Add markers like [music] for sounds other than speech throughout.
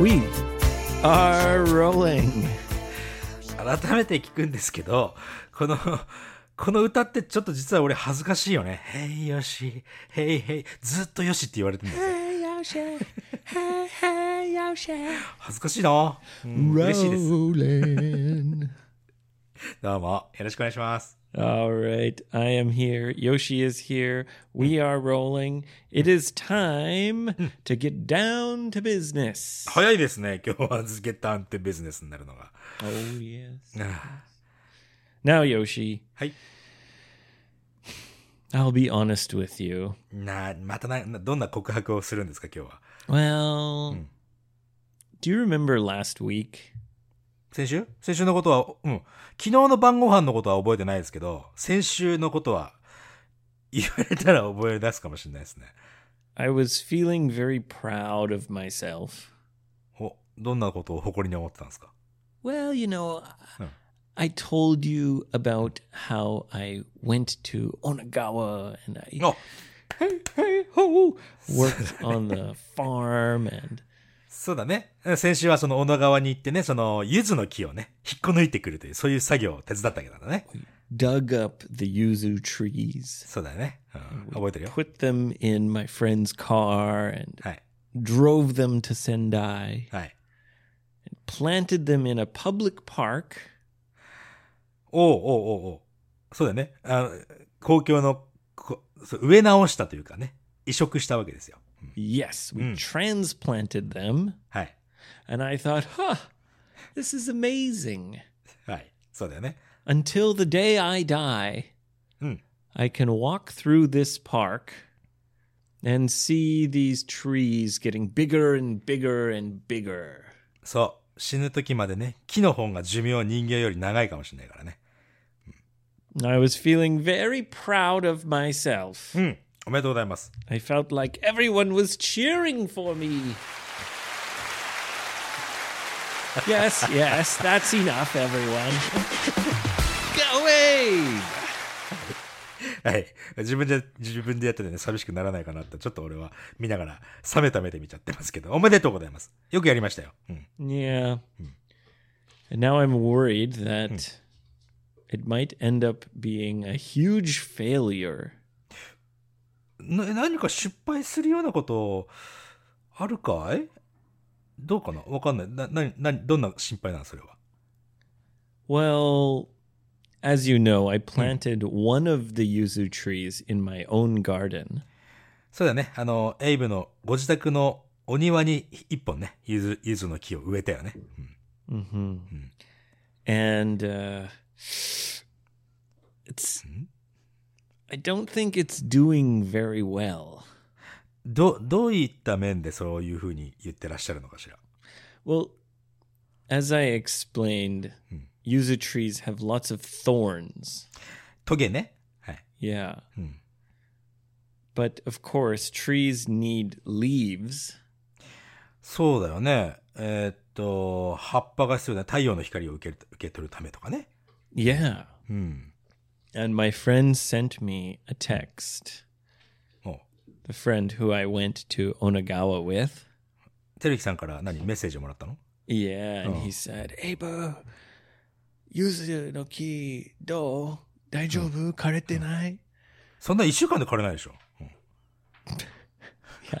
We are rolling. 改めて聞くんですけど、この、この歌ってちょっと実は俺恥ずかしいよね。Hey よし、Hey Hey、ずっとよしって言われてるんですよ。恥ずかしいな。うん嬉しいです。 Rolling. どうも、よろしくお願いします。 All right, I am here. Yoshi is here. We are rolling. It is time to get down to business. 早いですね、今日はズゲッタンってビジネスになるのが。 Oh, yes. あ Now, Yoshi, はい。 I'll be honest with you. な、またな、などんな告白をするんですか、今日は。 Well, Mm. do you remember last week? 先週先週のことは、うん。昨日の晩ご飯のことは覚えてないですけど、先週のことは、言われたら覚え出すかもしれないですね。 I was feeling very proud of myself. お、どんなことを誇りに思ってたんですか Well, you know, Hmm. I told you about how I went to Onagawa and I. あ、 hey, hey, ho, worked [laughs] on the farm and そうだね。先週はその小野川に行ってね、その柚子の木をね、引っこ抜いてくるという、そういう作業を手伝ったわけどね。 dug up the yuzu trees, そうだね。うん、覚えてるよ。 put them in my friend's car, and はい。 drove them to Sendai, はい。 planted them in a public park. おうおうおうおうそうだね。あの公共のこそう植え直したというかね、移植したわけですよ。うん Yes, we Mm. transplanted them, はい。 and I thought, huh, this is amazing. はい。そうだよね。 Until the day I die, Mm. I can walk through this park and see these trees getting bigger and bigger and bigger. そう。死ぬ時までね、木の方が寿命人間より長いかもしれないからね。 I was feeling very proud of myself. うん。おめでとうございます。 I felt like everyone was cheering for me. yes, yes, that's enough, everyone. Get away! はい。自分で、自分でやっててね、寂しくならないかなって、ちょっと俺は見ながら、冷めた目で見ちゃってますけど、おめでとうございます。よくやりましたよ。うん。 Yeah. And now I'm worried that it might end up being a huge failure. な何か失敗するようなこと、あるかいどうかなわかんない。な、な、な、どんな心配なのそれは。 Well, as you know, I planted one of the yuzu trees in my own garden. そうだね。あの、エイブのご自宅のお庭に一本ね、ゆず、ゆずの木を植えたよね。うん、 hmm And uh, it's. I don't think it's doing very well. ど、どういった面でそういうふうに言ってらっしゃるのかしら。 Well, as I explained, yuzu trees have lots of thorns. トゲね。はい。 Yeah. Hmm. But of course, trees need leaves. そうだよね。えーっと、葉っぱが必要だ。太陽の光を受ける受け取るためとかね。 Yeah. うん。 And my friend sent me a text. おう The friend who I went to Onagawa with. てるきさんから何メッセージをもらったの Yeah, and Oh. he said, "Hey, bro, yuzu no ki do daijoubu karete nai?" そんな一週間で枯れないでしょ。 [laughs] うん、 Yeah,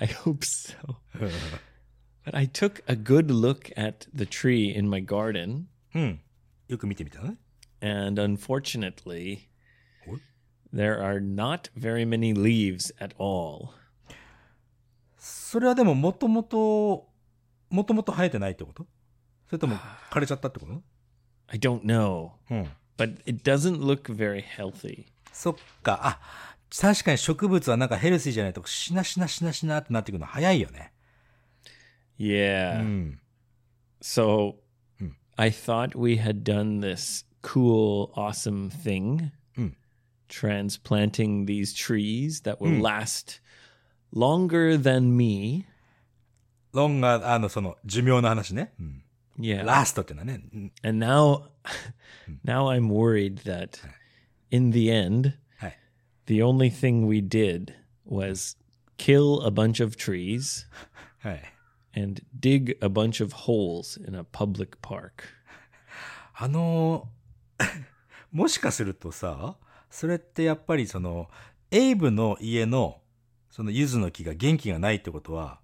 [laughs] I hope so. but I took a good look at the tree in my garden, うん。よく見てみたのね。 and unfortunately, What? there are not very many leaves at all. それはでも、もともと、もともと生えてないってことそれとも枯れちゃったってこと I don't know, うん。 but it doesn't look very healthy. そっか。あ、確かに植物はなんかヘルシーじゃないと、しなしなしなしなってなってくるの早いよね。う Yeah. ん。 So Hmm. I thought we had done this cool, awesome thing Hmm. transplanting these trees that will Hmm. last longer than me. ロンが、あの、その、寿命の話ね。うん。 Yeah. ラストっていうのはね、うん、 and now Hmm. [laughs] now I'm worried that in the end Hi. the only thing we did was kill a bunch of trees はい。 and dig a bunch of holes in a public park. あのー [laughs] もしかするとさ、それってやっぱりその、エイブの家の、その柚子の木が元気がないってことは、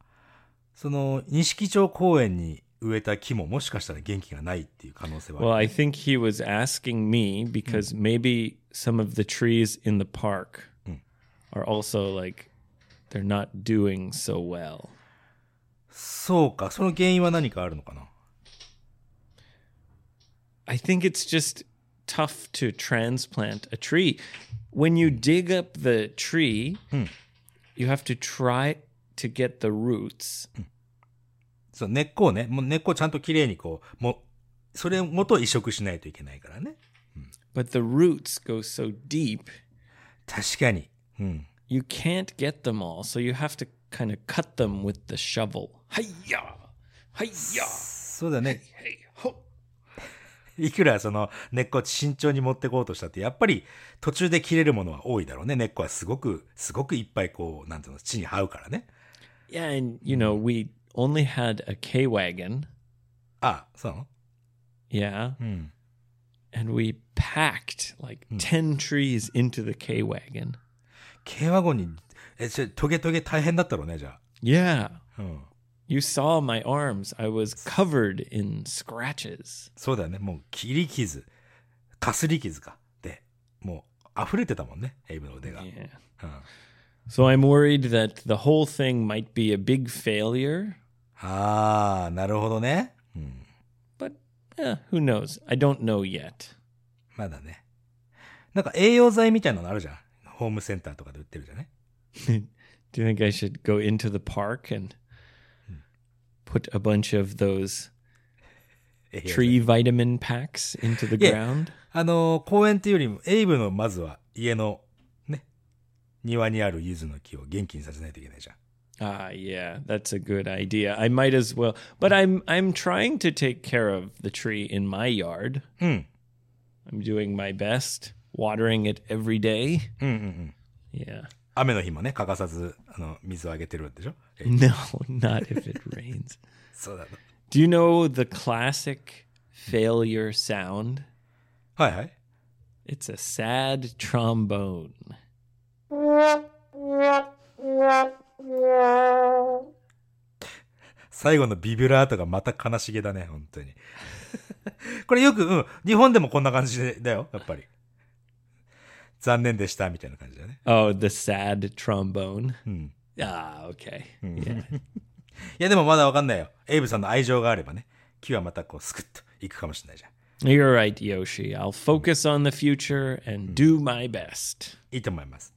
その、錦町公園に植えた木ももしかしたら元気がないっていう可能性はある。 Well, I think he was asking me because maybe some of the trees in the park are also like they're not doing so well. そうか、その原因は何かあるのかな I think it's just tough to transplant a tree. When you dig up the tree, you have to try to get the roots. そう、根っこをね、もう根っこをちゃんときれいにこう、も、それごと移植しないといけないからね。 But the roots go so deep, 確かに。うん。 you can't get them all. So you have to kind of cut them with the shovel. Hiya! Hiya! そうだね。 Hey, ho! いくらその根っこを慎重に持ってこうとしたって、やっぱり途中で切れるものは多いだろうね。根っこはすごく、すごくいっぱいこう、なんていうの、地に這うからね。 Yeah, and you know, we only had a K wagon. ああ、そうなの Yeah. うん。 And we packed like 10 trees into the K wagon. 軽ワゴンに、え、ちょ、トゲトゲ大変だったろうね、じゃ Yeah. あ。うん。 You saw my arms. I was covered in scratches. そうだよね。もう切り傷、かすり傷か。で、もう溢れてたもんね、エイブの腕が。 Yeah. うん。 So I'm worried that the whole thing might be a big failure, ああ、なるほどね。うん。 but eh, who knows? I don't know yet. まだね。なんか栄養剤みたいなのあるじゃん。ホームセンターとかで売ってるじゃんね。 Do you think I should go into the park and Hmm. put a bunch of those 栄養剤 tree vitamin packs into the Yeah. ground? あのー公園っていうよりも、エイブのまずは家の、ね、庭にある柚子の木を元気にさせないといけないじゃん。 Ah, yeah, that's a good idea. I might as well, but I'm I'm trying to take care of the tree in my yard. うん。 I'm doing my best, watering it every day. うんうんうん。 Yeah. [laughs] 雨の日もね、欠かさず、あの、水をあげてるでしょエイブ No, not if it rains. そうだな。 Do you know the classic failure sound? はいはい。 It's a sad trombone. 最後のビビュラートがまた悲しげだね、本当に。 [laughs] これよく、うん、日本でもこんな感じでだよ、やっぱり。残念でした、みたいな感じだね。 Oh, the sad trombone. うん。 Ah, okay. うん、 Yeah. いや、でもまだわかんないよ。エイブさんの愛情があればね、木はまたこう、スクッといくかもしれないじゃん。 You're right, Yoshi. I'll focus on the future and do my best. いいと思います。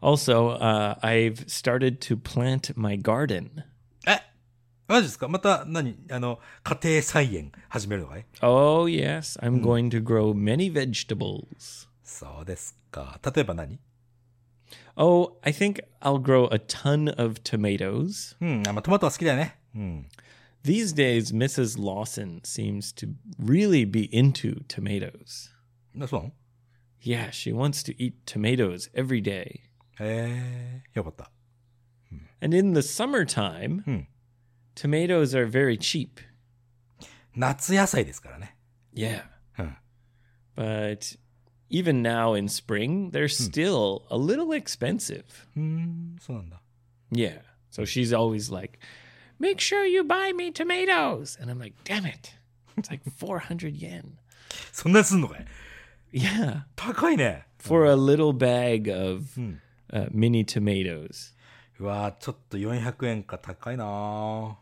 Also, uh, I've started to plant my garden. えマジですかまた何、あの、家庭菜園始めるのかい Oh, yes, I'm going to grow many vegetables. そうですか。例えば何 Oh, I think I'll grow a ton of tomatoes. うん、あまあ、トマトは好きだよね。うん。 These days, Mrs. Lawson seems to really be into tomatoes. なそうなの Yeah, she wants to eat tomatoes every day. へえ、よかった。 And in the summertime, Hmm. tomatoes are very cheap. 夏野菜ですからね。 Yeah. うん。 But even now in spring, they're still a little expensive. うーん、そうなんだ。 Yeah. So she's always like, make sure you buy me tomatoes. And I'm like, damn it. It's like [laughs] 400 yen. そんなにすんのかい Yeah. 高いね。 For a little bag of うん。 uh, mini tomatoes. うわーちょっと400円か高いなー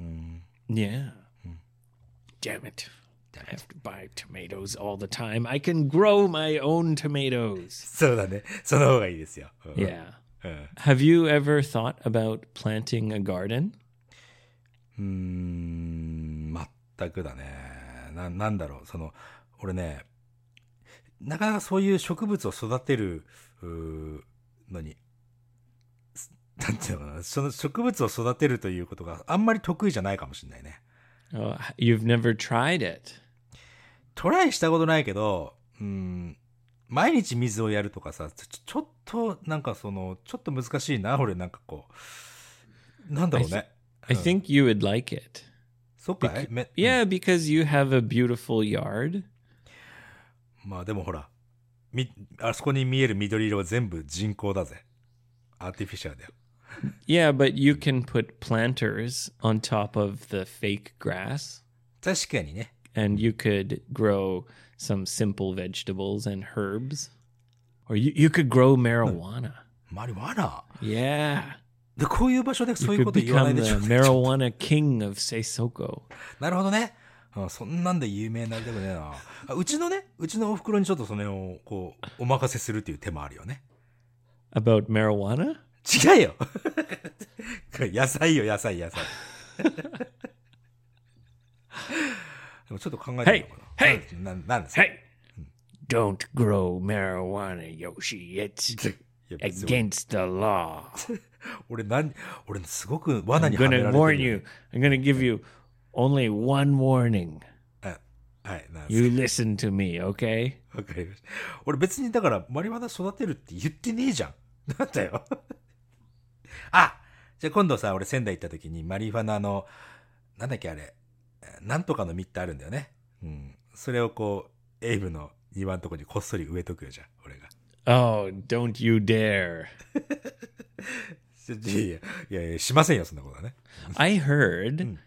うん。 Yeah. Damn it. I have to buy tomatoes all the time. I can grow my own tomatoes. そうだね。その方がいいですよ。うん Yeah. うん。 Have you ever thought about planting a garden? うーん、全くだね。な、なんだろう。その、俺ね、なかなかそういう植物を育てる、うーのに、す [laughs] なんていうのかな。その植物を育てるということがあんまり得意じゃないかもしれないね。 Oh, you've never tried it. トライしたことないけど、うん、毎日水をやるとかさ、ちょちょっと、なんかその、ちょっと難しいな、俺なんかこう。なんだろうね。 I think you would like it. そうかいめ Yeah, because you have a beautiful yard. まあでもほら、み、あそこに見える緑色は全部人工だぜ。アーティフィシャルだよ。 Yeah, but you can put planters on top of the fake grass 確かにね。 and you could grow some simple vegetables and herbs. Or you, you could grow marijuana. マリワナ Yeah. で、こういう場所でそう You いうこ could と言わない become でしょ the。marijuana king of Seisoko. なるほどね。うん、そんなんで有名になりたくねえな。あうちのね、うちのお袋にちょっとそれを、こう、お任せするっていう手もあるよね。 About marijuana? 違うよ [laughs] 野菜よ、野菜、野菜。 [laughs] でもちょっと考えてみようかな。はいななんですか Hey! Don't grow marijuana, Yoshi. [laughs] It's いや別に against the law. 俺、なん、俺、すごく罠 I'm にはめ going られ to て warn るよ you. I'm going to give you only one warning. はい、なんですか You listen to me, okay? わかりました。俺別にだから、マリワナ育てるって言ってねえじゃん。 [laughs] なんだよ。あじゃあ今度さ、俺仙台行った時にマリファナの、なんだっけあれ、えーなんとかの実ってあるんだよね。うん。それをこう、エイブの庭のとこにこっそり植えとくよ、じゃあ、俺が。 Oh, don't you dare. いやいやいや、しませんよ、そんなことはね。 I heard,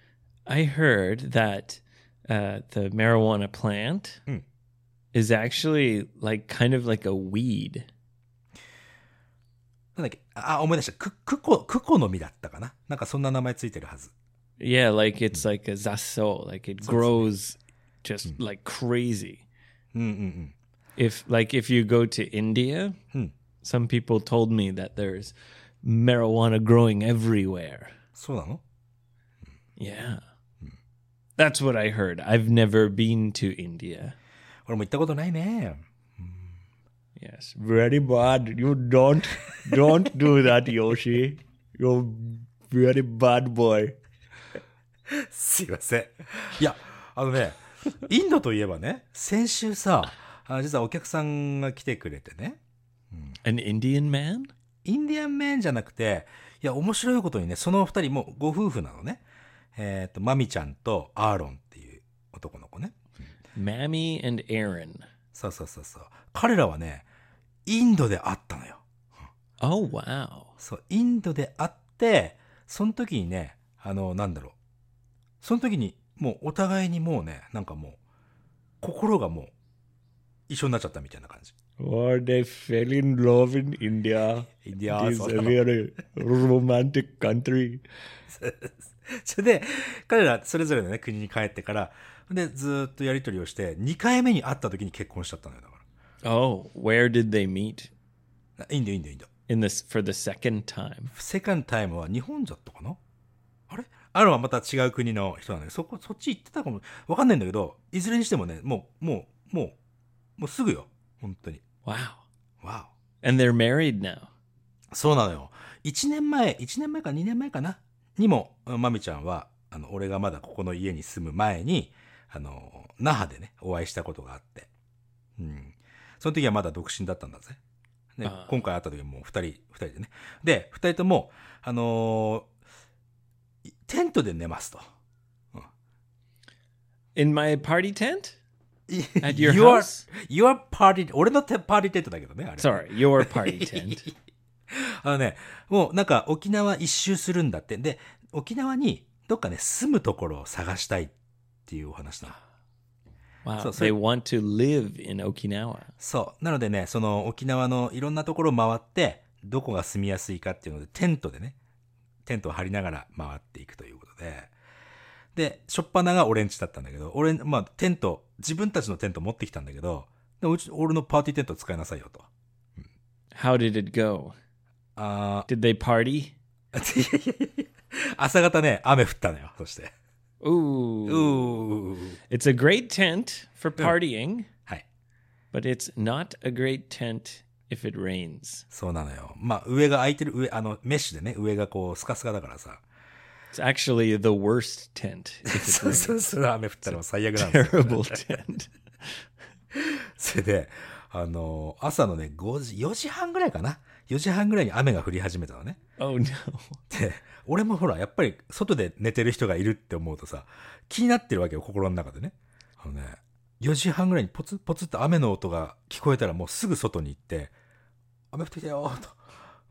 I heard that uh, the marijuana plant Mm. is actually like kind of like a weed. なんだっけあ、思い出した。ククコ、クコの実だったかななんかそんな名前ついてるはず。 Yeah, like it's like a zaso, like it grows just like crazy. うんうんうん。 If like if you go to India, some people told me that there's marijuana growing everywhere. そうなの Yeah. Hmm. That's what I heard. I've never been to India. 俺も行ったことないね。 Yes, very bad. You don't don't do that, Yoshi. You're very bad boy. すいません。いや、あのね、インドといえばね、先週さ、あ実はお客さんが来てくれてね、 An Indian man? インディアンメンじゃなくて、いや、面白いことにね、その二人もうご夫婦なのね。えっ、と、マミちゃんとアーロンっていう男の子ね。 Mammy and Aaron. そうそうそうそう。彼らはね、インドで会ったのよ。 Oh wow. そう、インドで会って、その時にね、あの、なんだろう。その時に、もうお互いにもうね、なんかもう、心がもう、一緒になっちゃったみたいな感じ。 Oh, they fell in love in India. インディア it ン is そ a う very romantic country. [laughs] それで、彼らそれぞれのね、国に帰ってから、で、ずーっとやりとりをして、2回目に会った時に結婚しちゃったのよ、だか Oh, where did they meet? ら。インド、インド、インド。 In this for the second time. セカンドタイムは日本だったかなあれあるはまた違う国の人なんだけど、そこ、そっち行ってたかも、わかんないんだけど、いずれにしてもね、もう、もう、もう、もうすぐよ。本当に。 Wow. わ And they're married now. お。そうなのよ。1年前、1年前か2年前かなにも、うんまみちゃんは、あの、俺がまだここの家に住む前に、あの、那覇でね、お会いしたことがあって。うん。その時はまだ独身だったんだぜ。ねああ、今回会った時はもう2人、2人でね。で、2人とも、あのーいテントで寝ますと。 In my party tent? At your You are- house? Your party, 俺のてパーティーテントだけどね、あれは。 Sorry, your party tent. あのね、もうなんか沖縄一周するんだって。で、沖縄にどっかね、住むところを探したいっていうお話なの。 Wow. So- so- they want to live in Okinawa. そう。なのでね、その沖縄のいろんなところを回って、どこが住みやすいかっていうので、テントでね、テントを張りながら回っていくということで。で、しょっぱなが俺んちだったんだけど、俺ん、まあ、テント、自分たちのテント持ってきたんだけど、でもうち、俺のパーティーテント使いなさいよと。 How did it go? あ Did they party? ー、 [laughs] いやいやいや朝方ね、雨降ったのよ、そして。う Ooh. ー。 It's a great tent for partying, はい。 but it's not a great tent if it rains. そうなのよ。まあ、上が空いてる、上、あの、メッシュでね、上がこう、スカスカだからさ。 It's actually the worst tent if it [laughs] そう rains. そうそう、雨降ったらもう最悪なんですよ。 Terrible tent. それで、あの、朝のね、5時、4時半ぐらいかな。4時半ぐらいに雨が降り始めたのね。 [laughs] Oh no. で、俺もほら、やっぱり外で寝てる人がいるって思うとさ、気になってるわけよ、心の中でね。あのね、4時半ぐらいにポツポツって雨の音が聞こえたらもうすぐ外に行って、雨降ってきたよーと。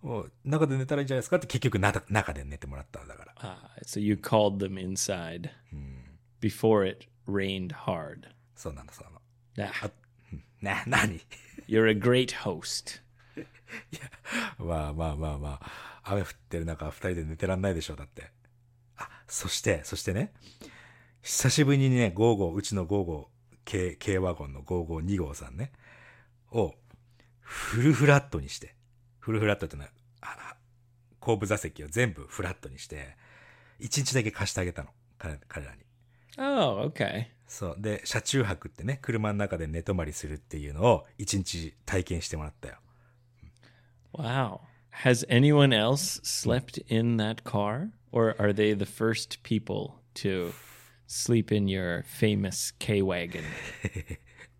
もう中で寝たらいいんじゃないですかって結局な中で寝てもらったんだから。 Ah, so you called them inside うん。 before it rained hard. そうなの、そうなの。Uh, Ah, な、なに you're a great host. [laughs] まあまあまあまあ、雨降ってる中、二人で寝てらんないでしょ、だって。あ、そして、そしてね、久しぶりにね、ゴーゴー、うちのゴーゴー、軽、軽ワゴンのゴーゴー2号さんね、を、フルフラットにして、フルフラットってのは、あの、後部座席を全部フラットにして、一日だけ貸してあげたの、彼彼らに。 Oh, okay. そう。で、車中泊ってね、車の中で寝泊まりするっていうのを、一日体験してもらったよ。 Wow. Has anyone else slept in that car? Or are they the first people to sleep in your famous K Wagon?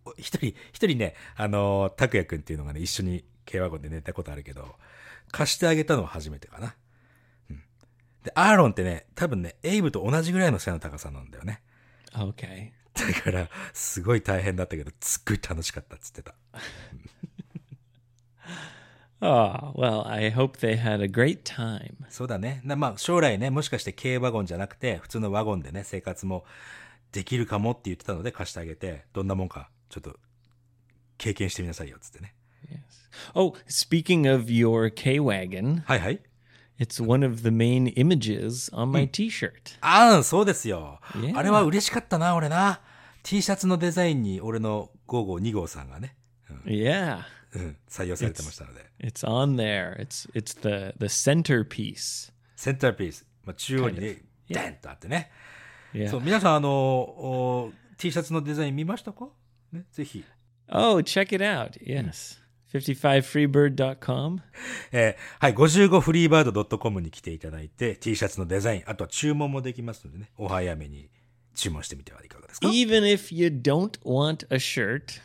お一人、一人ね、あのー、拓也くんっていうのがね、一緒に軽ワゴンで寝たことあるけど、貸してあげたのは初めてかな。うん。で、アーロンってね、多分ね、エイブと同じぐらいの背の高さなんだよね。 Okay. だから、すごい大変だったけど、すっごい楽しかったっつってた。 Oh, well, I hope they had a great time. そうだね。なまあ、将来ね、もしかして軽ワゴンじゃなくて、普通のワゴンでね、生活もできるかもって言ってたので貸してあげて、どんなもんか、ちょっと、経験してみなさいよ、つってね。 Yes. Oh, speaking of your K Wagon, はいはい。 it's one of the main images on my t shirt. ああ、そうですよ。 Yeah. あれは嬉しかったな、俺な。T シャツのデザインに俺の5号2号さんがね、 Yeah. うん採用されてましたので。 It's on there. It's it's the the centerpiece. センターピース、まあ、中央にね、デンとあってね。 Yeah. そう、皆さん、あの、お T シャツのデザイン見ましたかね、ぜひ。 Oh, check it out. Yes. 55freebird.com. えーはい、55freebird.com に来ていただいて、T シャツのデザイン、あとは注文もできますのでね、お早めに注文してみてはいかがですか Even if you don't want a shirt,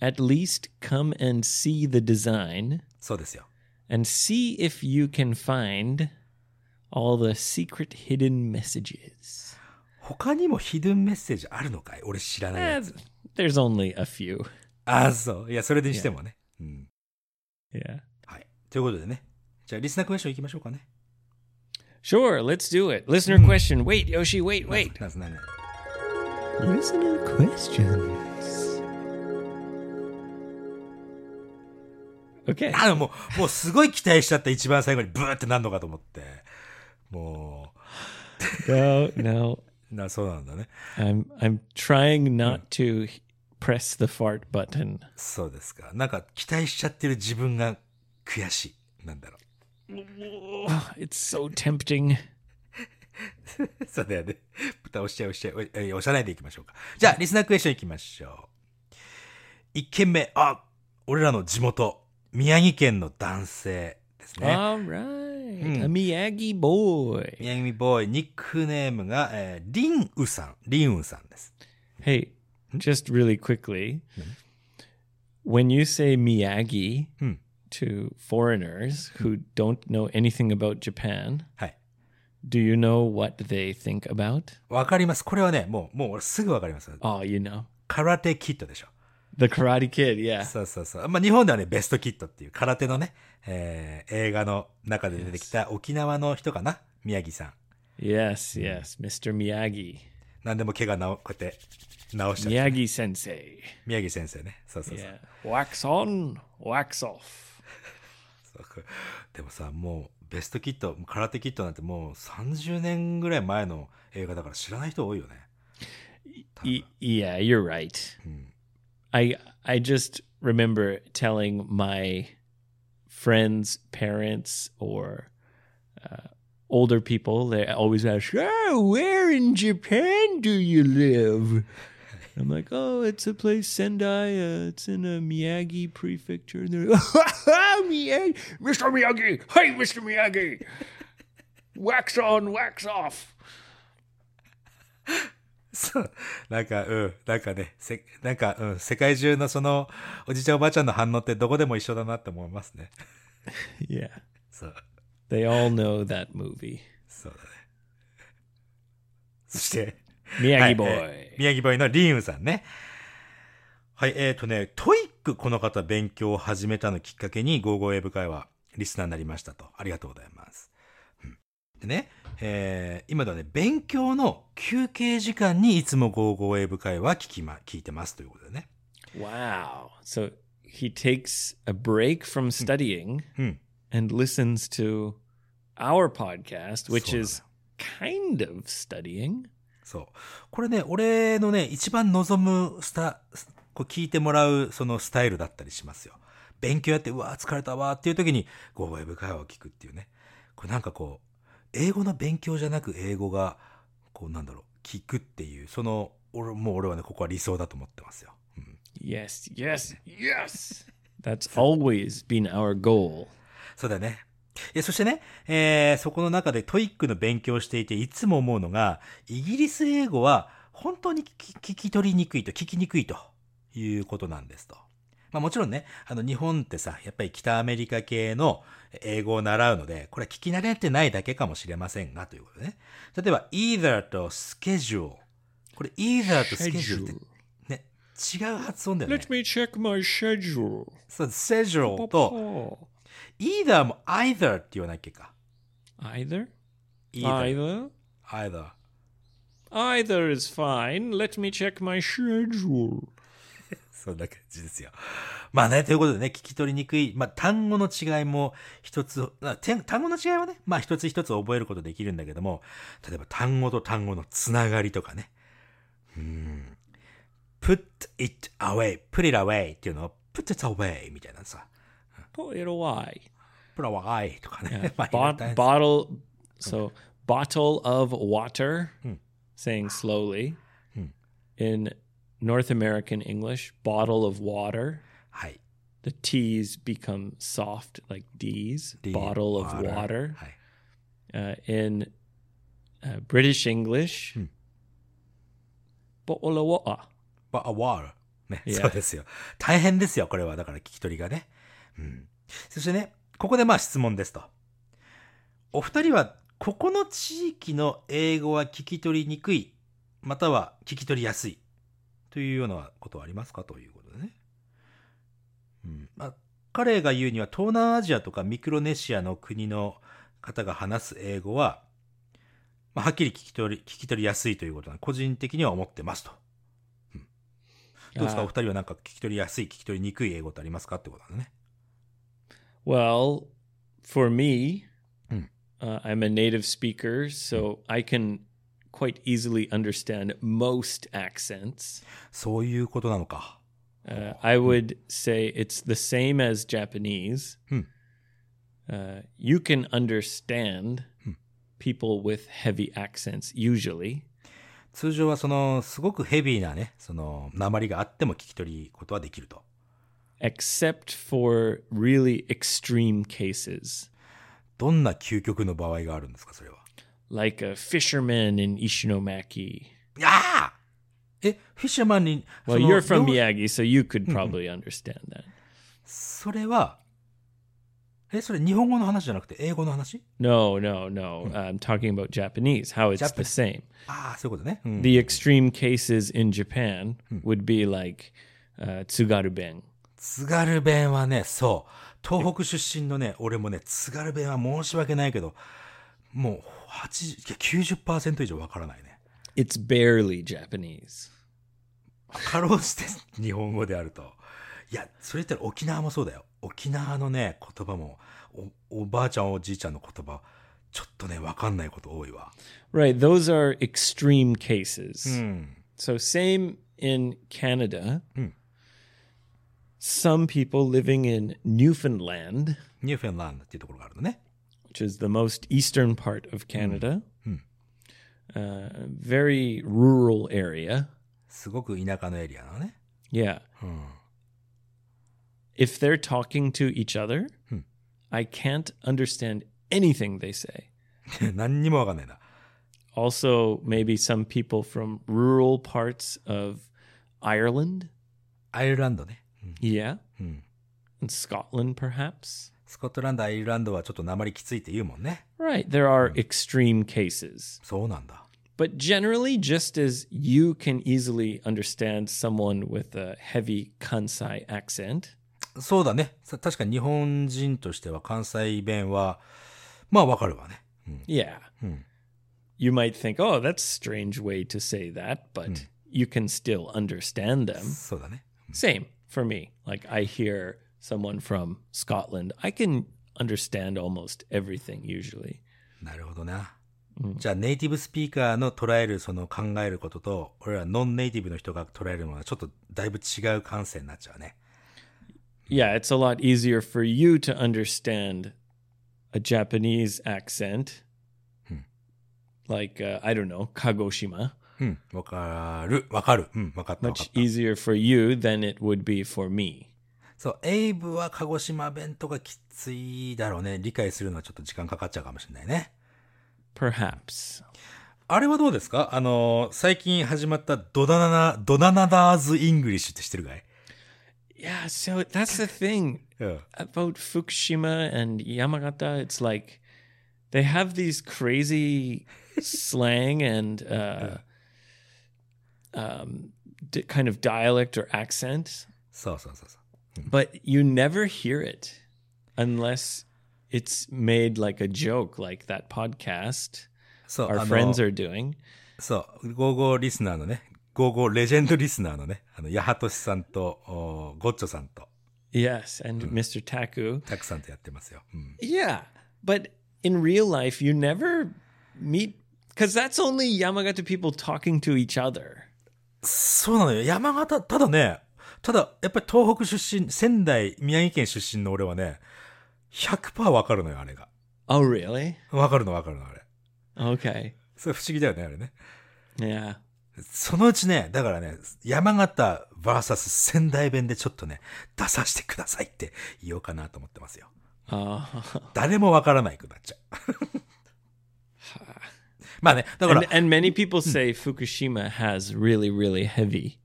at least come and see the design そうですよ。 and see if you can find all the secret hidden messages. 他にもヒドゥンメッセージあるのかい俺知らないや Eh, つ。 there's only a few. ああ、そう。いや、それにしてもね。うん。 Yeah. はい。ということでね。じゃあ、リスナークエスチョンいきましょうかね。 Sure, let's do it. Listener question. Wait, Yoshi, wait, wait. なんすなんすなんす Listener questions. Okay. あの、もう、もうすごい期待しちゃった。一番最後にブーってなるのかと思って。も [laughs] No, no. う、な、そうなんだね。 I'm I'm trying not to h- press the fart button. そうですか。なんか、期待しちゃってる自分が悔しい。なんだろ Ugh, Ah, it's so tempting. う。 [laughs] そうだよね。豚押しちゃい押しちゃいおいえい。押さないでいきましょうか。じゃあ、リスナークエスチョンいきましょう。一件目。あ、俺らの地元。宮城県の男性ですね。 All right. A Miyagi boy. 宮城ボーイ、ニックネームが、えーリンウさん。リンウさんです。 Hey, just really quickly. Hmm? When you say Miyagi Hmm. to foreigners who don't know anything about Japan, はい。 do you know what they think about? わかります。これはね、もう、もう俺すぐわかります。 Oh, you know. 空手キットでしょ。 The Karate Kid, yeah. そうそうそう。まあ、日本ではね、ベストキットっていう空手のね、えー映画の中で出てきた沖縄の人かな宮城さん。 Yes, yes. Mr. Miyagi. 何でも怪我なお、こうやって直しちゃう。 Miyagi sensei. 宮城先生ね。そうそうそう。 Yeah. Wax on, wax off. そうでもさ、もう、ベストキット、空手キットなんてもう30年ぐらい前の映画だから知らない人多いよね。 Y- yeah, you're right. I I just remember telling my friends, parents, or uh, older people. They always ask, "Oh, where in Japan do you live?" I'm like, "Oh, it's a place Sendai. Uh, it's in a Miyagi prefecture." And they're, like, [laughs] "Miyagi, Mr. Miyagi, hey, Mr. Miyagi, wax on, wax off." そうなんか、うん、なんかね、せなんか、うん、世界中のその、おじいちゃんおばあちゃんの反応ってどこでも一緒だなって思いますね。 Yeah. そう、 They all know that movie. そうだね。そ [laughs] して、 Miyagi はい Boy. えー宮城ボーイのリーンウさんね。はい、えっ、とね、トイックこの方勉強を始めたのきっかけに、ゴーゴー英語会話リスナーになりましたと。ありがとうございます。うんでね、えー今ではね、勉強の休憩時間にいつもゴーゴー英語会話聞きま、聞いてますということでね。 Wow. So he takes a break from studying うん。 and listens to our podcast, which Sort of. is kind of studying. そう。これね、俺のね、一番望むスタ、こう聞いてもらうそのスタイルだったりしますよ。勉強やって、うわー疲れたわーっていう時に、ゴーウェブ会話を聞くっていうね。これなんかこう、英語の勉強じゃなく英語が、こうなんだろう、聞くっていう、その、俺、もう俺はね、ここは理想だと思ってますよ。うん、 Yes, yes, yes. [laughs] That's always been our goal. そうだよね。えそしてね、えーそこの中でトイックの勉強をしていていつも思うのが、イギリス英語は本当に聞き聞き取りにくいと、聞きにくいということなんですと。まあもちろんね、あの日本ってさ、やっぱり北アメリカ系の英語を習うので、これは聞き慣れてないだけかもしれませんがということでね。例えば、either と schedule。これ either と schedule ってね、違う発音だよね Let。me check my schedule. そう、schedule と either も either って言わなきゃいけないか。 Either? either Either? either. Either is fine. Let me check my schedule. そんな感じですよ。まあね、ということでね、聞き取りにくい、まあ単語の違いも一つ、あて単語の違いはね、まあ一つ一つ覚えることできるんだけども、例えば単語と単語のつながりとかね。うーん。put it away, put it away っていうのを put it away みたいなさ。 Put it away. put [laughs] away とかね。まあいろいろ大 Bot- 変 bottle. So bottle of water. Saying slowly. In North American English, bottle of water. はい。 The T's become soft like D's. bottle of water. はい。 Uh, in uh, British English, bottle of water. But a war. ね、 Yeah. そうですよ。大変ですよ、これは。だから聞き取りがね。うん。そしてね、ここでまあ質問ですと。お二人は、ここの地域の英語は聞き取りにくい、または聞き取りやすい、というようなことはありますかということでね。うん。まあ、彼が言うには、東南アジアとかミクロネシアの国の方が話す英語は、まあ、はっきり聞き取り、聞き取りやすいということは、個人的には思ってますと。どうですかあーお二人はなんか聞き取りやすい、聞き取りにくい英語ってありますかってことだね。 Well, for me, Mm. uh, I'm a native speaker, so I can quite easily understand most accents. そういうことなのか。 Uh, I would say it's the same as Japanese. Mm. Uh, you can understand Mm. people with heavy accents usually. 通常はその、すごくヘビーなね、その、鉛があっても聞き取りことはできると。 Except for really extreme cases, どんな究極の場合があるんですかそれは。 like a fisherman in Ishinomaki. いやあえ、フィッシャーマンに、 Well, その you're from どう Miyagi, so you could probably understand that. それは、え、それ日本語の話じゃなくて英語の話 No, no, no. I'm talking about Hmm. Japanese, Hmm. how it's the Japanese. same. ああ、そういうことね。うん。 The extreme cases in Japan would be like uh, Tsugaruben. 津軽弁はね、そう。東北出身のね、俺もね、津軽弁は申し訳ないけど、もう80、いや90%以上わからないね。 It's barely Japanese. かろうじて日本語であると。いや、それ言ったら沖縄もそうだよ。沖縄のね、言葉も、おおばあちゃんおじいちゃんの言葉、ちょっとね、わかんないこと多いわ。 Right, those are extreme cases. うん。 So, same in Canada. Mm. Some people living in Newfoundland, ニューフェンランドっていうところがあるのね。 which is the most eastern part of Canada, Mm. Uh, very rural area. すごく田舎のエリアなのね。 Yeah. うん。 [laughs] if they're talking to each other, Hmm. I can't understand anything they say. 何にもわかんないな。 also maybe some people from rural parts of Ireland. アイルランドね。うん。 Yeah. Hmm. And Scotland, perhaps. スコットランド、アイルランドはちょっと鉛きついって言うもんね。 Right. There are Hmm. extreme cases. そうなんだ。 But generally, just as you can easily understand someone with a heavy Kansai accent, そうだね。さ確かに日本人としては関西弁は、まあわかるわね。 yeah, Hmm. you might think, oh, that's a strange way to say that, but you can still understand them. そうだね。 Same for me. Like, I hear someone from Scotland, I can understand almost everything usually. なるほどな。じゃあネイティブスピーカーの捉えるその考えることと、俺らノンネイティブの人が捉えるのはちょっとだいぶ違う感性になっちゃうね。 Yeah, it's a lot easier for you to understand a Japanese accent. Like, uh, I don't know, Kagoshima. うん。わかる。わかる。うん。わかった。わか Much った。 easier for you than it would be for me. そう。エイブは鹿児島弁とかきついだろうね。理解するのはちょっと時間かかっちゃうかもしれないね。 Perhaps. あれはどうですかあのー最近始まったドナナナ、ドナナダーズ・イングリッシュって知ってるかい Yeah, so that's the thing うん。 about Fukushima and Yamagata. It's like they have these crazy slang and uh, um, d- kind of dialect or accent, そうそうそうそう。 but you never hear it unless it's made like a joke, like that podcast そう。 our あの friends are doing. そう、55リスナーのね、55レジェンドリスナーのね、あの、八幡さんと、おーゴッチョさんと、 Yes, and Mr. Taku. たくさんとやってますよ。うん。 Yeah, but in real life, you never meet because that's only Yamagata people talking to each other. そうなのよ。山形、ただね、ただ、やっぱり東北出身、仙台、宮城県出身の俺はね、100%わかるのよ、あれが。 Oh, really? わかるのわかるの、あれ。 Okay. それ不思議だよね、あれね。 Yeah. そのうちね、だからね、山形 VS 仙台弁でちょっとね、出させてくださいって言おうかなと思ってますよ。 Uh, 誰もわからないくなっちゃう。まあね、だから、 and, and many people say Fukushima has really, really heavy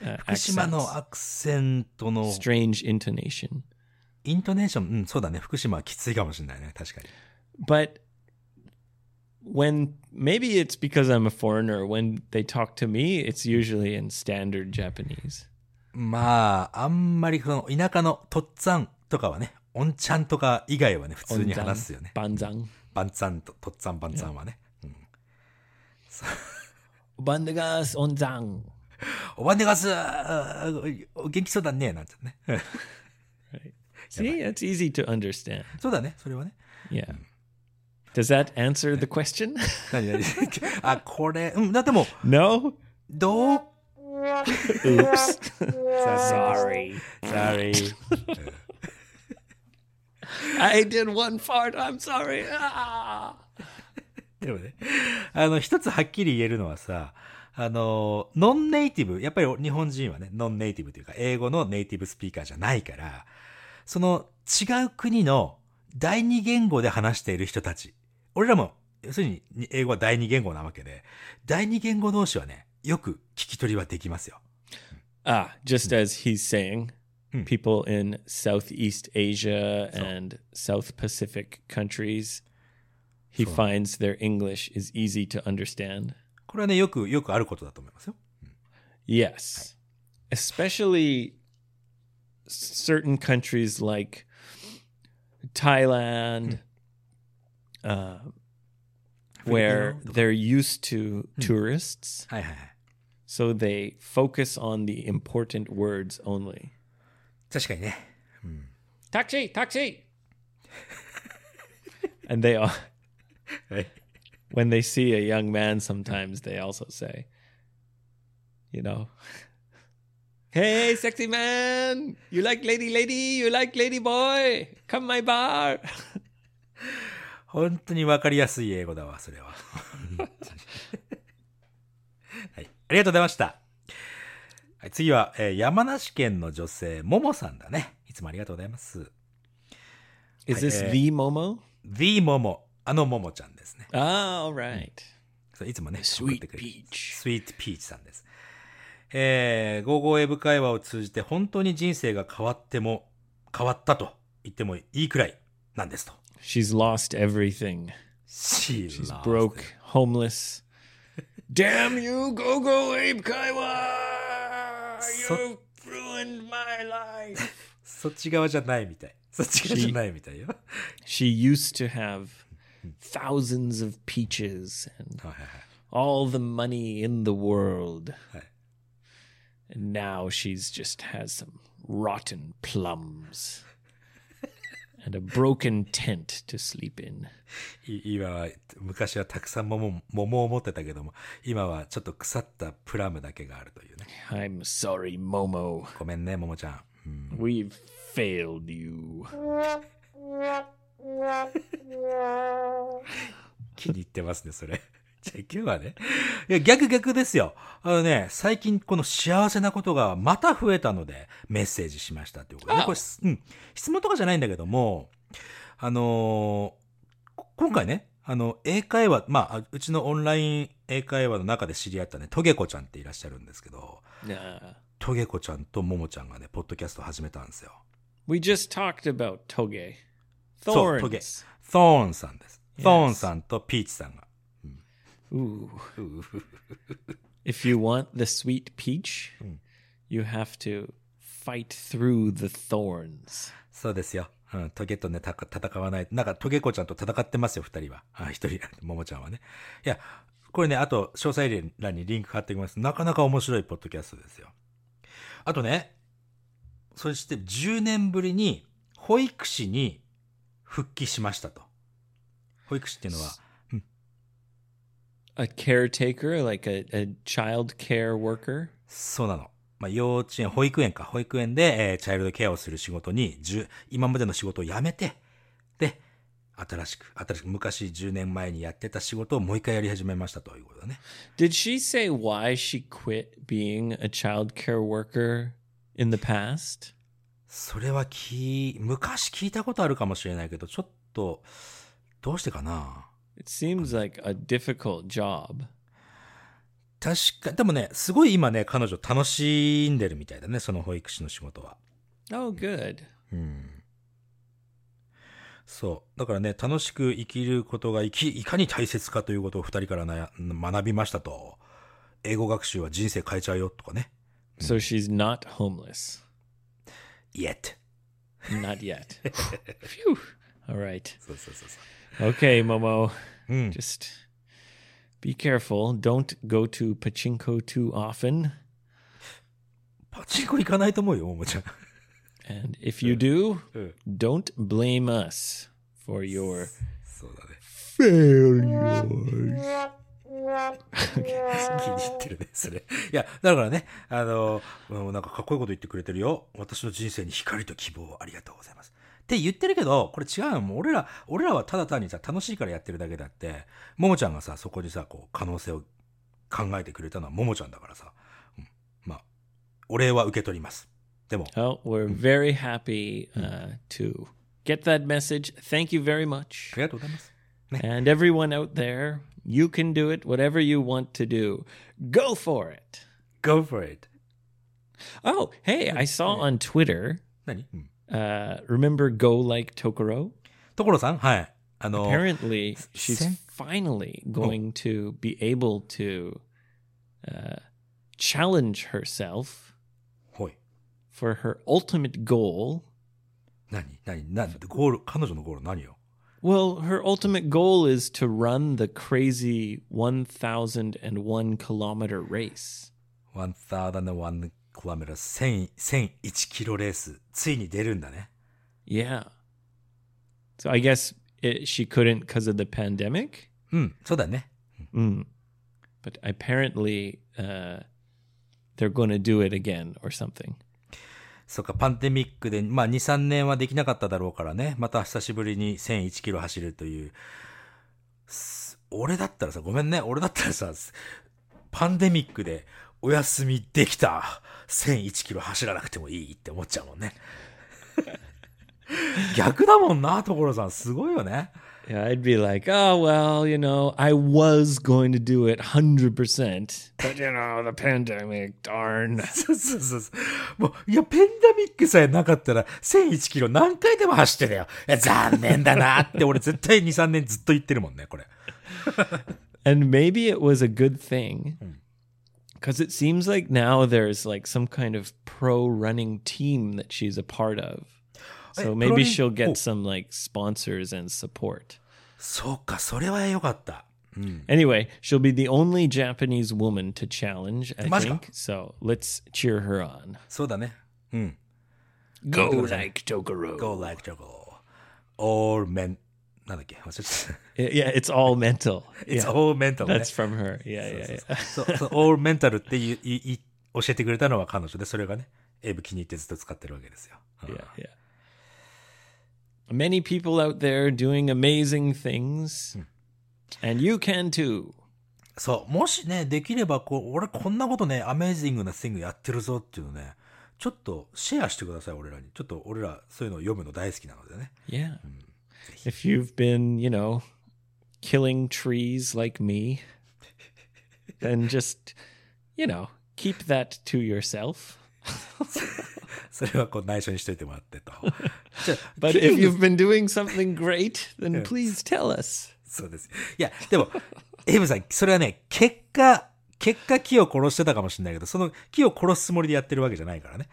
uh, 福島 accents, のアクセントの strange intonation. イントネーション、うん、そうだね。福島はきついかもしれないね。確かに。 But when maybe it's because I'm a foreigner, when they talk to me, it's usually in standard Japanese. まあ、あんまりその田舎のとっつぁんとかはね、おんちゃんとか以外はね、普通に話すよね。 Banzang. ばんつぁんと、とっつぁんばんつぁんはね。 Bandagas onzang. おばんでがすあーお元気そうだねなんてね。うん See, that's easy to understand. そうだね。それはね。 Yeah. Does that answer the question? [laughs] 何何 [laughs] あ、これ、うん、だってもう、 no? どう Oops. [laughs] Sorry. Sorry. I did one part. I'm sorry. Ah. [laughs] でもね、あの、一つはっきり言えるのはさ、あの、ノンネイティブ、やっぱり日本人はね、ノンネイティブというか、英語のネイティブスピーカーじゃないから、その違う国の第二言語で話している人たち、俺らも、要するに英語は第二言語なわけで、第二言語同士はね、よく聞き取りはできますよ。 Ah, just as he's saying, Hmm. people in Southeast Asia and South Pacific countries, he finds their English is easy to understand. これはね、よく、よくあることだと思いますよ。 Yes. Especially certain countries like Thailand, uh, where Filipino. they're used to tourists. はいはいはい。 So they focus on the important words only. 確かにね。 Taxi, taxi. [laughs] and they are, はい。 when they see a young man, sometimes they also say, you know, [laughs] hey, sexy man, you like lady, lady, you like lady boy, come my bar. 本当にわかりやすい英語だわ、それ [laughs] は。はい。ありがとうございました。はい、次は、えー山梨県の女性、ももさんだね。いつもありがとうございます。 Is this eh. the Momo? The もも、あのももちゃんですね。 Ah, all right. そういつもね、 Sweet 送ってくれる Peach スイートピーチさんです。えー、55英語会話を通じて本当に人生が変わっても、変わったと言ってもいいくらいなんですと。 She's lost everything. She's She's broke, homeless. [laughs] Damn you, go go ape Kaiwa! So- You ruined my life. そっち側じゃないみたい。そっち側じゃないみたいよ。 she used to have thousands of peaches and はいはいはい all the money in the world. Right. And now she's just has some rotten plums [laughs] and a broken tent to sleep in. い今は、昔はたくさん桃も桃を持ってたけども、今はちょっと腐ったプラムだけがあるというね。 I'm sorry, Momo. ごめんね、桃ちゃん。 We've failed you. 気に入ってますね、それ。 [laughs] じゃあ今日はね。いや、逆逆ですよ。あのね、最近この幸せなことがまた増えたので、メッセージしましたっていうことで、ね。あこれ、すうん。質問とかじゃないんだけども、あのーこ今回ね、あの、英会話、まああ、うちのオンライン英会話の中で知り合ったね、トゲコちゃんっていらっしゃるんですけど、 Nah. トゲコちゃんとモモちゃんがね、ポッドキャスト始めたんですよ。 We just talked about toge. そう、 Thorns. トゲ。ソーンさんです。 Yes. ソーンさんとピーチさんが。 Ooh. if you want the sweet peach, you have to fight through the thorns. そうですよ。うん、トゲとね、たか戦わない。なんか、トゲ子ちゃんと戦ってますよ、二人は。あ、一人、ももちゃんはね。いや、これね、あと、詳細欄にリンク貼っておきます。なかなか面白いポッドキャストですよ。あとね、そして10年ぶりに、保育士に復帰しましたと。保育士っていうのは、 A caretaker, like a, a child care worker. そうなの。まあ、幼稚園、保育園か、保育園で、えーチャイルドケアをする仕事に、じゅ今までの仕事を辞めて、で、新しく、新しく、昔10年前にやってた仕事をもう一回やり始めましたということだね。 Did she say why she quit being a child care worker in the past? それはき、昔聞いたことあるかもしれないけど、ちょっと、どうしてかな It seems like a difficult job. 確か、でもね、すごい今ね、彼女楽しんでるみたいだね、その保育士の仕事は。 Oh, good. うんそう。だからね、楽しく生きることがいき、いかに大切かということを二人からなや学びましたと。英語学習は人生変えちゃうよとかね。 So she's not homeless. yet. Not yet. Phew. All right. そうそうそうそ Okay, Momo. う。うん。 Just be careful. Don't go to pachinko too often. パチンコ行かないと思うよ、ももちゃん。 And if you do, Yeah. don't blame us for your そうだね。 failures. [laughs] 気に入ってるね、それ。いや、だからね、あの、うんなんかかっこいいこと言ってくれてるよ。私の人生に光と希望をありがとうございます。って言ってるけど、これ違うの。もう俺ら、俺らはただ単にさ、楽しいからやってるだけだって、ももちゃんがさ、そこにさ、こう、可能性を考えてくれたのはももちゃんだからさ、うんまあ、お礼は受け取ります。でも、 Well, we're very happy uh, to get that message. Thank you very あ much. りがとうございます。 And everyone out there, you can do it. Whatever you want to do, go for it. Go for it! Oh, hey, I saw on Twitter. 何、うん、 Uh, remember Go Like Tokoro? 所さんはい。あの、 Apparently, she's sen- finally going to be able to uh, challenge herself ほい。 for her ultimate goal. 何何何ゴール、彼女のゴール何よ Well, her ultimate goal is to run the crazy 1,001 kilometer race. 1001 km 1000 1001キロレースついに出るんだね Yeah. So I guess it, she couldn't because of the pandemic. うんそうだね Mm. But apparently, uh, they're going to do it again or something. そっかパンデミックで、まあ、23年はできなかっただろうからねまた久しぶりに1001キロ走るというす俺だったらさごめんね俺だったらさすパンデミックでお休みできた1001キロ走らなくてもいいって思っちゃうもんね逆だもんな、所さん。すごいよね。 Yeah, I'd be like, oh, well, you know, I was going to do it 100%, but you know, the pandemic, darn. [laughs] そうそうそうそう。もう、いや、ペンダミックさえなかったら、1001キロ何回でも走ってたよ。いや残念だなって、俺絶対2、3年ずっと言ってるもんね、これ。 And maybe it was a good thing because it seems like now there's like some kind of pro running team that she's a part of. So Hey, maybe pro-running- she'll oh. get some like sponsors and support. そうか、それは良かった。 Anyway, she'll be the only Japanese woman to challenge, I think. Maska. So let's cheer her on. そうだね。うん。 Go like Tokoro. Go like Jogo. All men. なんだっけ忘れて Yeah, it's all mental. た。It's [laughs] yeah, all mental ね。 that's from her. Yeah, yeah, yeah. そうそう all mental っていういい教えてくれたのは彼女で、それがね、エイブ気に入ってずっと使ってるわけですよ。うん [laughs] yeah, yeah. Many people out there doing amazing Hmm. things, and you can too. そう、もしね、できればこう、俺こんなことね、アメイジングなスイングやってるぞっていうのね、ちょっとシェアしてください、俺らに。ちょっと俺ら、そういうの読むの大好きなのでね。 [laughs] Yeah. Hmm. If you've been, you know, killing trees like [laughs] me, then just, you know, keep that to yourself. それはこう、内緒にしといてもらってと。じゃあ But if you've been doing something great, then please tell us. そうです。いや、でも、エイブさん、それはね、結果、結果木を殺してたかもしれないけど、その木を殺すつもりでやってるわけじゃないからね。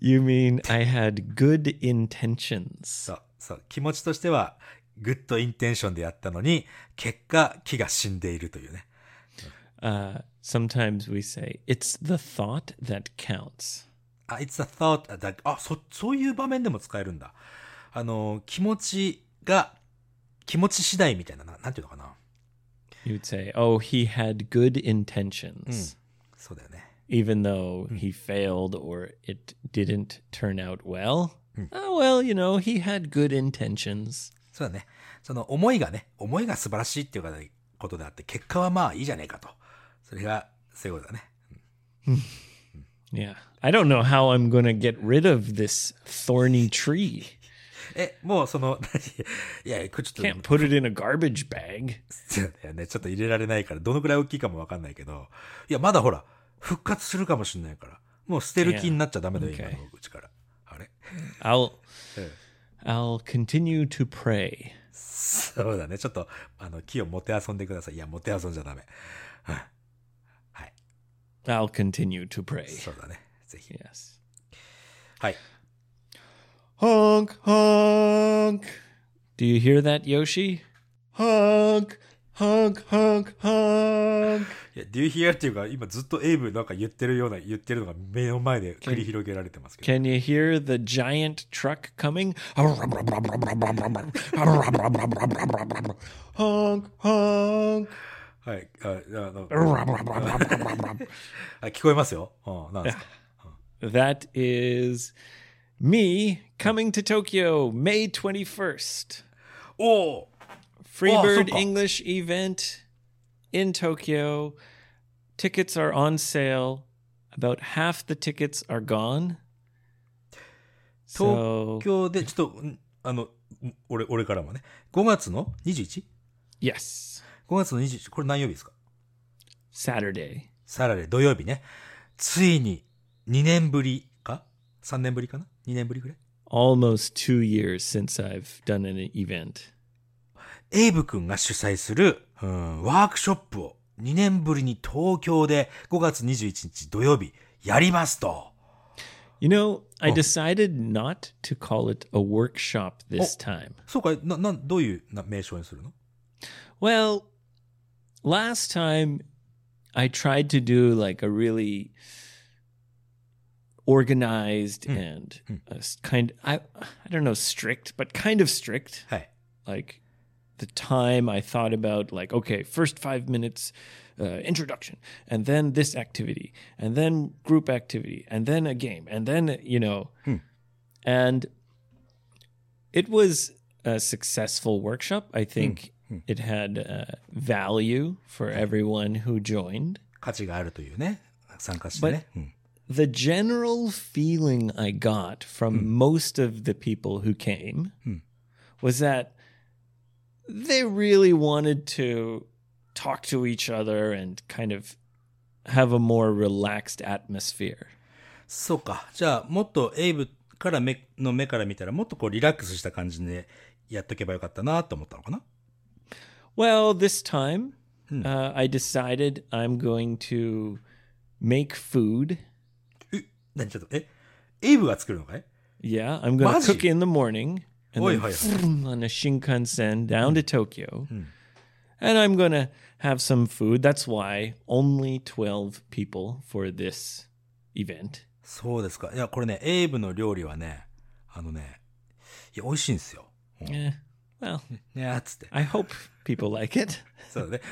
You mean I had good intentions? そう、そう、気持ちとしては、グッドインテンションでやったのに、結果、木が死んでいるというね。 Uh, sometimes we say it's the thought that counts. あ、it's a thought that, あ、そ、そういう場面でも使えるんだ。あの、気持ちが、気持ち次第みたいな、ななんていうのかな。 You'd say, "Oh, he had good intentions, そうだよね。 even though he failed or it didn't turn out well." Oh well, you know, he had good intentions. そうだね。その思いがね、思いが素晴らしいっていうことであって、結果はまあいいじゃねえかと。それが、そういうことだね。 Yeah. I don't know how I'm going to get rid of this thorny tree. え、もうその、 [laughs] いや、これちょっ Can't と、 put it in a garbage bag. そうだよね、ちょっと入れられないから、どのくらい大きいかもわかんないけど、いや、まだほら、復活するかもしれないから、もう捨てる気になっちゃダメだよ、 Yeah. 今のうちから。あれ I'll Yeah. I'll continue to pray. そうだね。ちょっと、あの、木を持て遊んでください。いや、持て遊んじゃダメ。 I'll continue to pray. そうだね。ぜひ。 Yes. はい。 Honk honk. Do you hear that, Yoshi? Honk honk honk honk. いや、Do you hear っていうか、今ずっとエイブなんか言ってるような、言ってるのが目の前で繰り広げられてますけど。 Can you hear the giant truck coming? honk honk. はい。あ、あの、あ聞こえますよ。うん、なんですか。 That is me coming to Tokyo May 21st. おお Freebird Oh, English event in Tokyo. Tickets are on sale. About half the tickets are gone. 東 So, 京で、ちょっと、んあの、ん俺、俺からもね。5月の 21?5 yes, 月の21、これ何曜日ですか Saturday. サラレ土曜日ね。ついに、2年ぶりか ?3 年ぶりかな ?2 年ぶりぐらい Almost two years since I've done an event. エイブ君が主催する、うんワークショップを2年ぶりに東京で5月21日土曜日やりますと。 You know, I decided not to call it a workshop this time. そうか、な、な、どういうな名称にするの Well, last time I tried to do like a really organized and uh, s- kind I I don't know strict, but kind of strict. はい。 Like the time I thought about like okay, first 5 minutes uh, introduction and then this activity and then group activity and then a game and then you know and it was a successful workshop. I think it had uh, value for everyone who joined. 価値があるというね、参加してね。うん the general feeling I got from most of the people who came Hmm. was that they really wanted to talk to each other and kind of have a more relaxed atmosphere. そうか。じゃあ、もっとエイブから目の目から見たら、もっとこうリラックスした感じでやっとけばよかったなと思ったのかな Well, this time uh, I decided I'm going to make food. え、何ちょっと、え、エイブが作るのかい Yeah, I'm going to Maji. cook in the morning and Oi, then Hmm. hoi, hoi. vroom, on a Shinkansen down to Tokyo. And I'm going to have some food. That's why only 12 people for this event. そうですか。いや、これね、エイブの料理はね、あのね、いや、美味しいんですよ。 Eh, well, ねやつって。 I hope people like it. そうだね。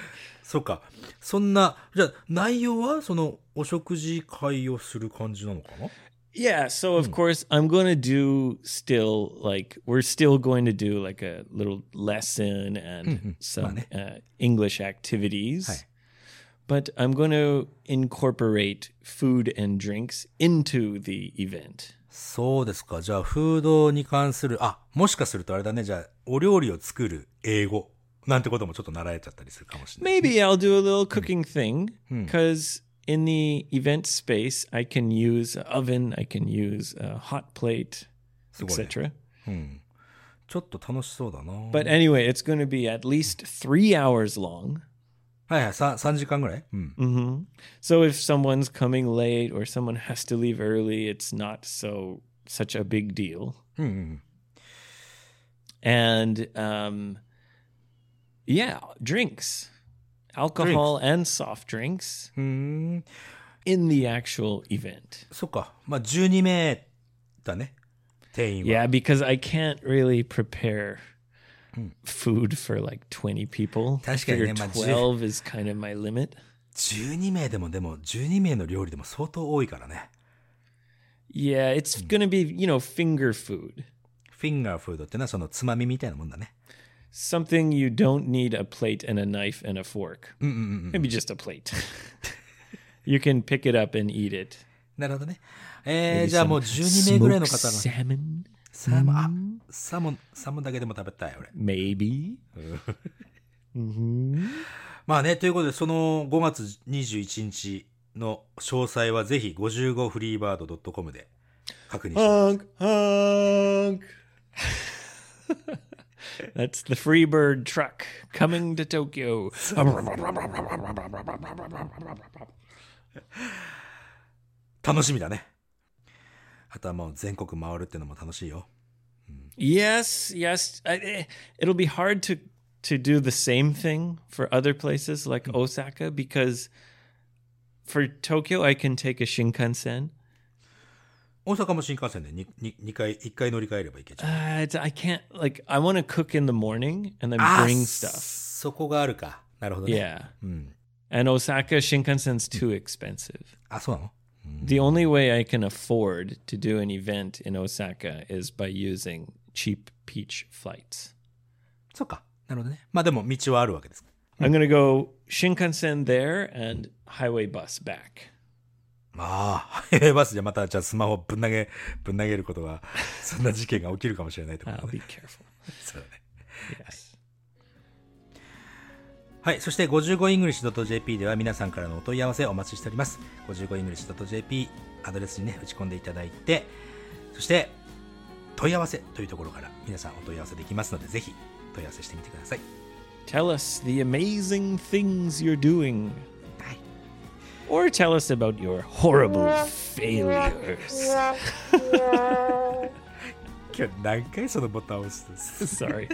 そうか。そんな、じゃあ、内容は、その、お食事会をする感じなのかな Yeah, so of course I'm going to do still like we're still going to do like a little lesson and some uh, English activities. Hi. But I'm going to incorporate food and drinks into the event. そうですか。じゃあ、フードに関する、あ、もしかするとあれだね。じゃあ、お料理を作る英語。なんてこともちょっと習えちゃったりするかもしれない。 Maybe I'll do a little cooking thing because in the event space I can use an oven, I can use a hot plate, すごいね、 etc. ちょっと楽しそうだな。 But anyway, it's going to be at least three hours long. はいはい、さ3時間ぐらいうん。 hmm So if someone's coming late or someone has to leave early, it's not so such a big deal. うんうん。 And um, yeah, drinks, alcohol and soft drinks うんうん。 in the actual event. そっか。まあ、12名だね。定員は。 Yeah, because I can't really prepare food for like 20 people. I figure Tashikani, yeah, my- 12 is kind of my limit. 12名でもでも、12名の料理でも相当多いからね。 Yeah, it's going to be, you know, finger food. フィンガーフードってのはそのつまみみたいなもんだね。 something you don't need a plate and a knife and a fork. Mm, Maybe just a plate. [laughs] you can pick it up and eat it. なるほどね。えー、Eh, じゃあもう12名ぐらいの方 Smoked が。 salmon, サーモン、あ、サーモン、サーモンだけでも食べたい、俺。 [laughs] maybe. Mm-hmm. まあね、ということで、その5月21日の詳細はぜひ55フリーバード .com で確認してください Honk, honk. [laughs] That's the Freebird truck coming to [laughs] Tokyo. 楽しみだね。あとはもう全国回るってのも楽しいよ。 Yes, yes. I- eh, It'll be hard to to do the same thing for other places like Osaka because for Tokyo I can take a Shinkansen. 大阪も新幹線で 2, 回、1回乗り換えればいけちゃう。 Uh, it's, I can't like I want to cook in the morning and then あ bring そ stuff. Mm. そこがあるか。なるほどね。Ah, Yeah. And Osaka Shinkansen's too expensive. あ、そうなの The only way I can afford to do an event in Osaka is by using cheap peach flights. そうか。なるほどね。まあでも道はあるわけです。 I'm going to go Shinkansen there and highway bus back. まあ、ハイウェイバスでまた、じゃあスマホぶん投げ、ぶん投げること [laughs] が、そんな事件が起きるかもしれないってこと I'll ね。Oh, be careful. そうだね。 Yes. はい。そして 55english.jp では皆さんからのお問い合わせお待ちしております。55english.jp アドレスにね、打ち込んでいただいて、そして、問い合わせというところから皆さんお問い合わせできますので、ぜひ問い合わせしてみてください。 Tell us the amazing things you're doing. はい。 Or tell us about your horrible failures. [laughs] 今日何回そのボタンを押すんです Sorry.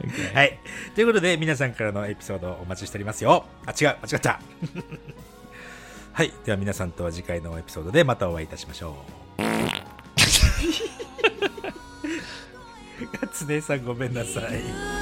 Okay. はい。ということで、皆さんからのエピソードをお待ちしておりますよ。あ、違う、間違った。 [laughs] はい。では皆さんとは次回のエピソードでまたお会いいたしましょ [laughs] う。つねさんごめんなさい。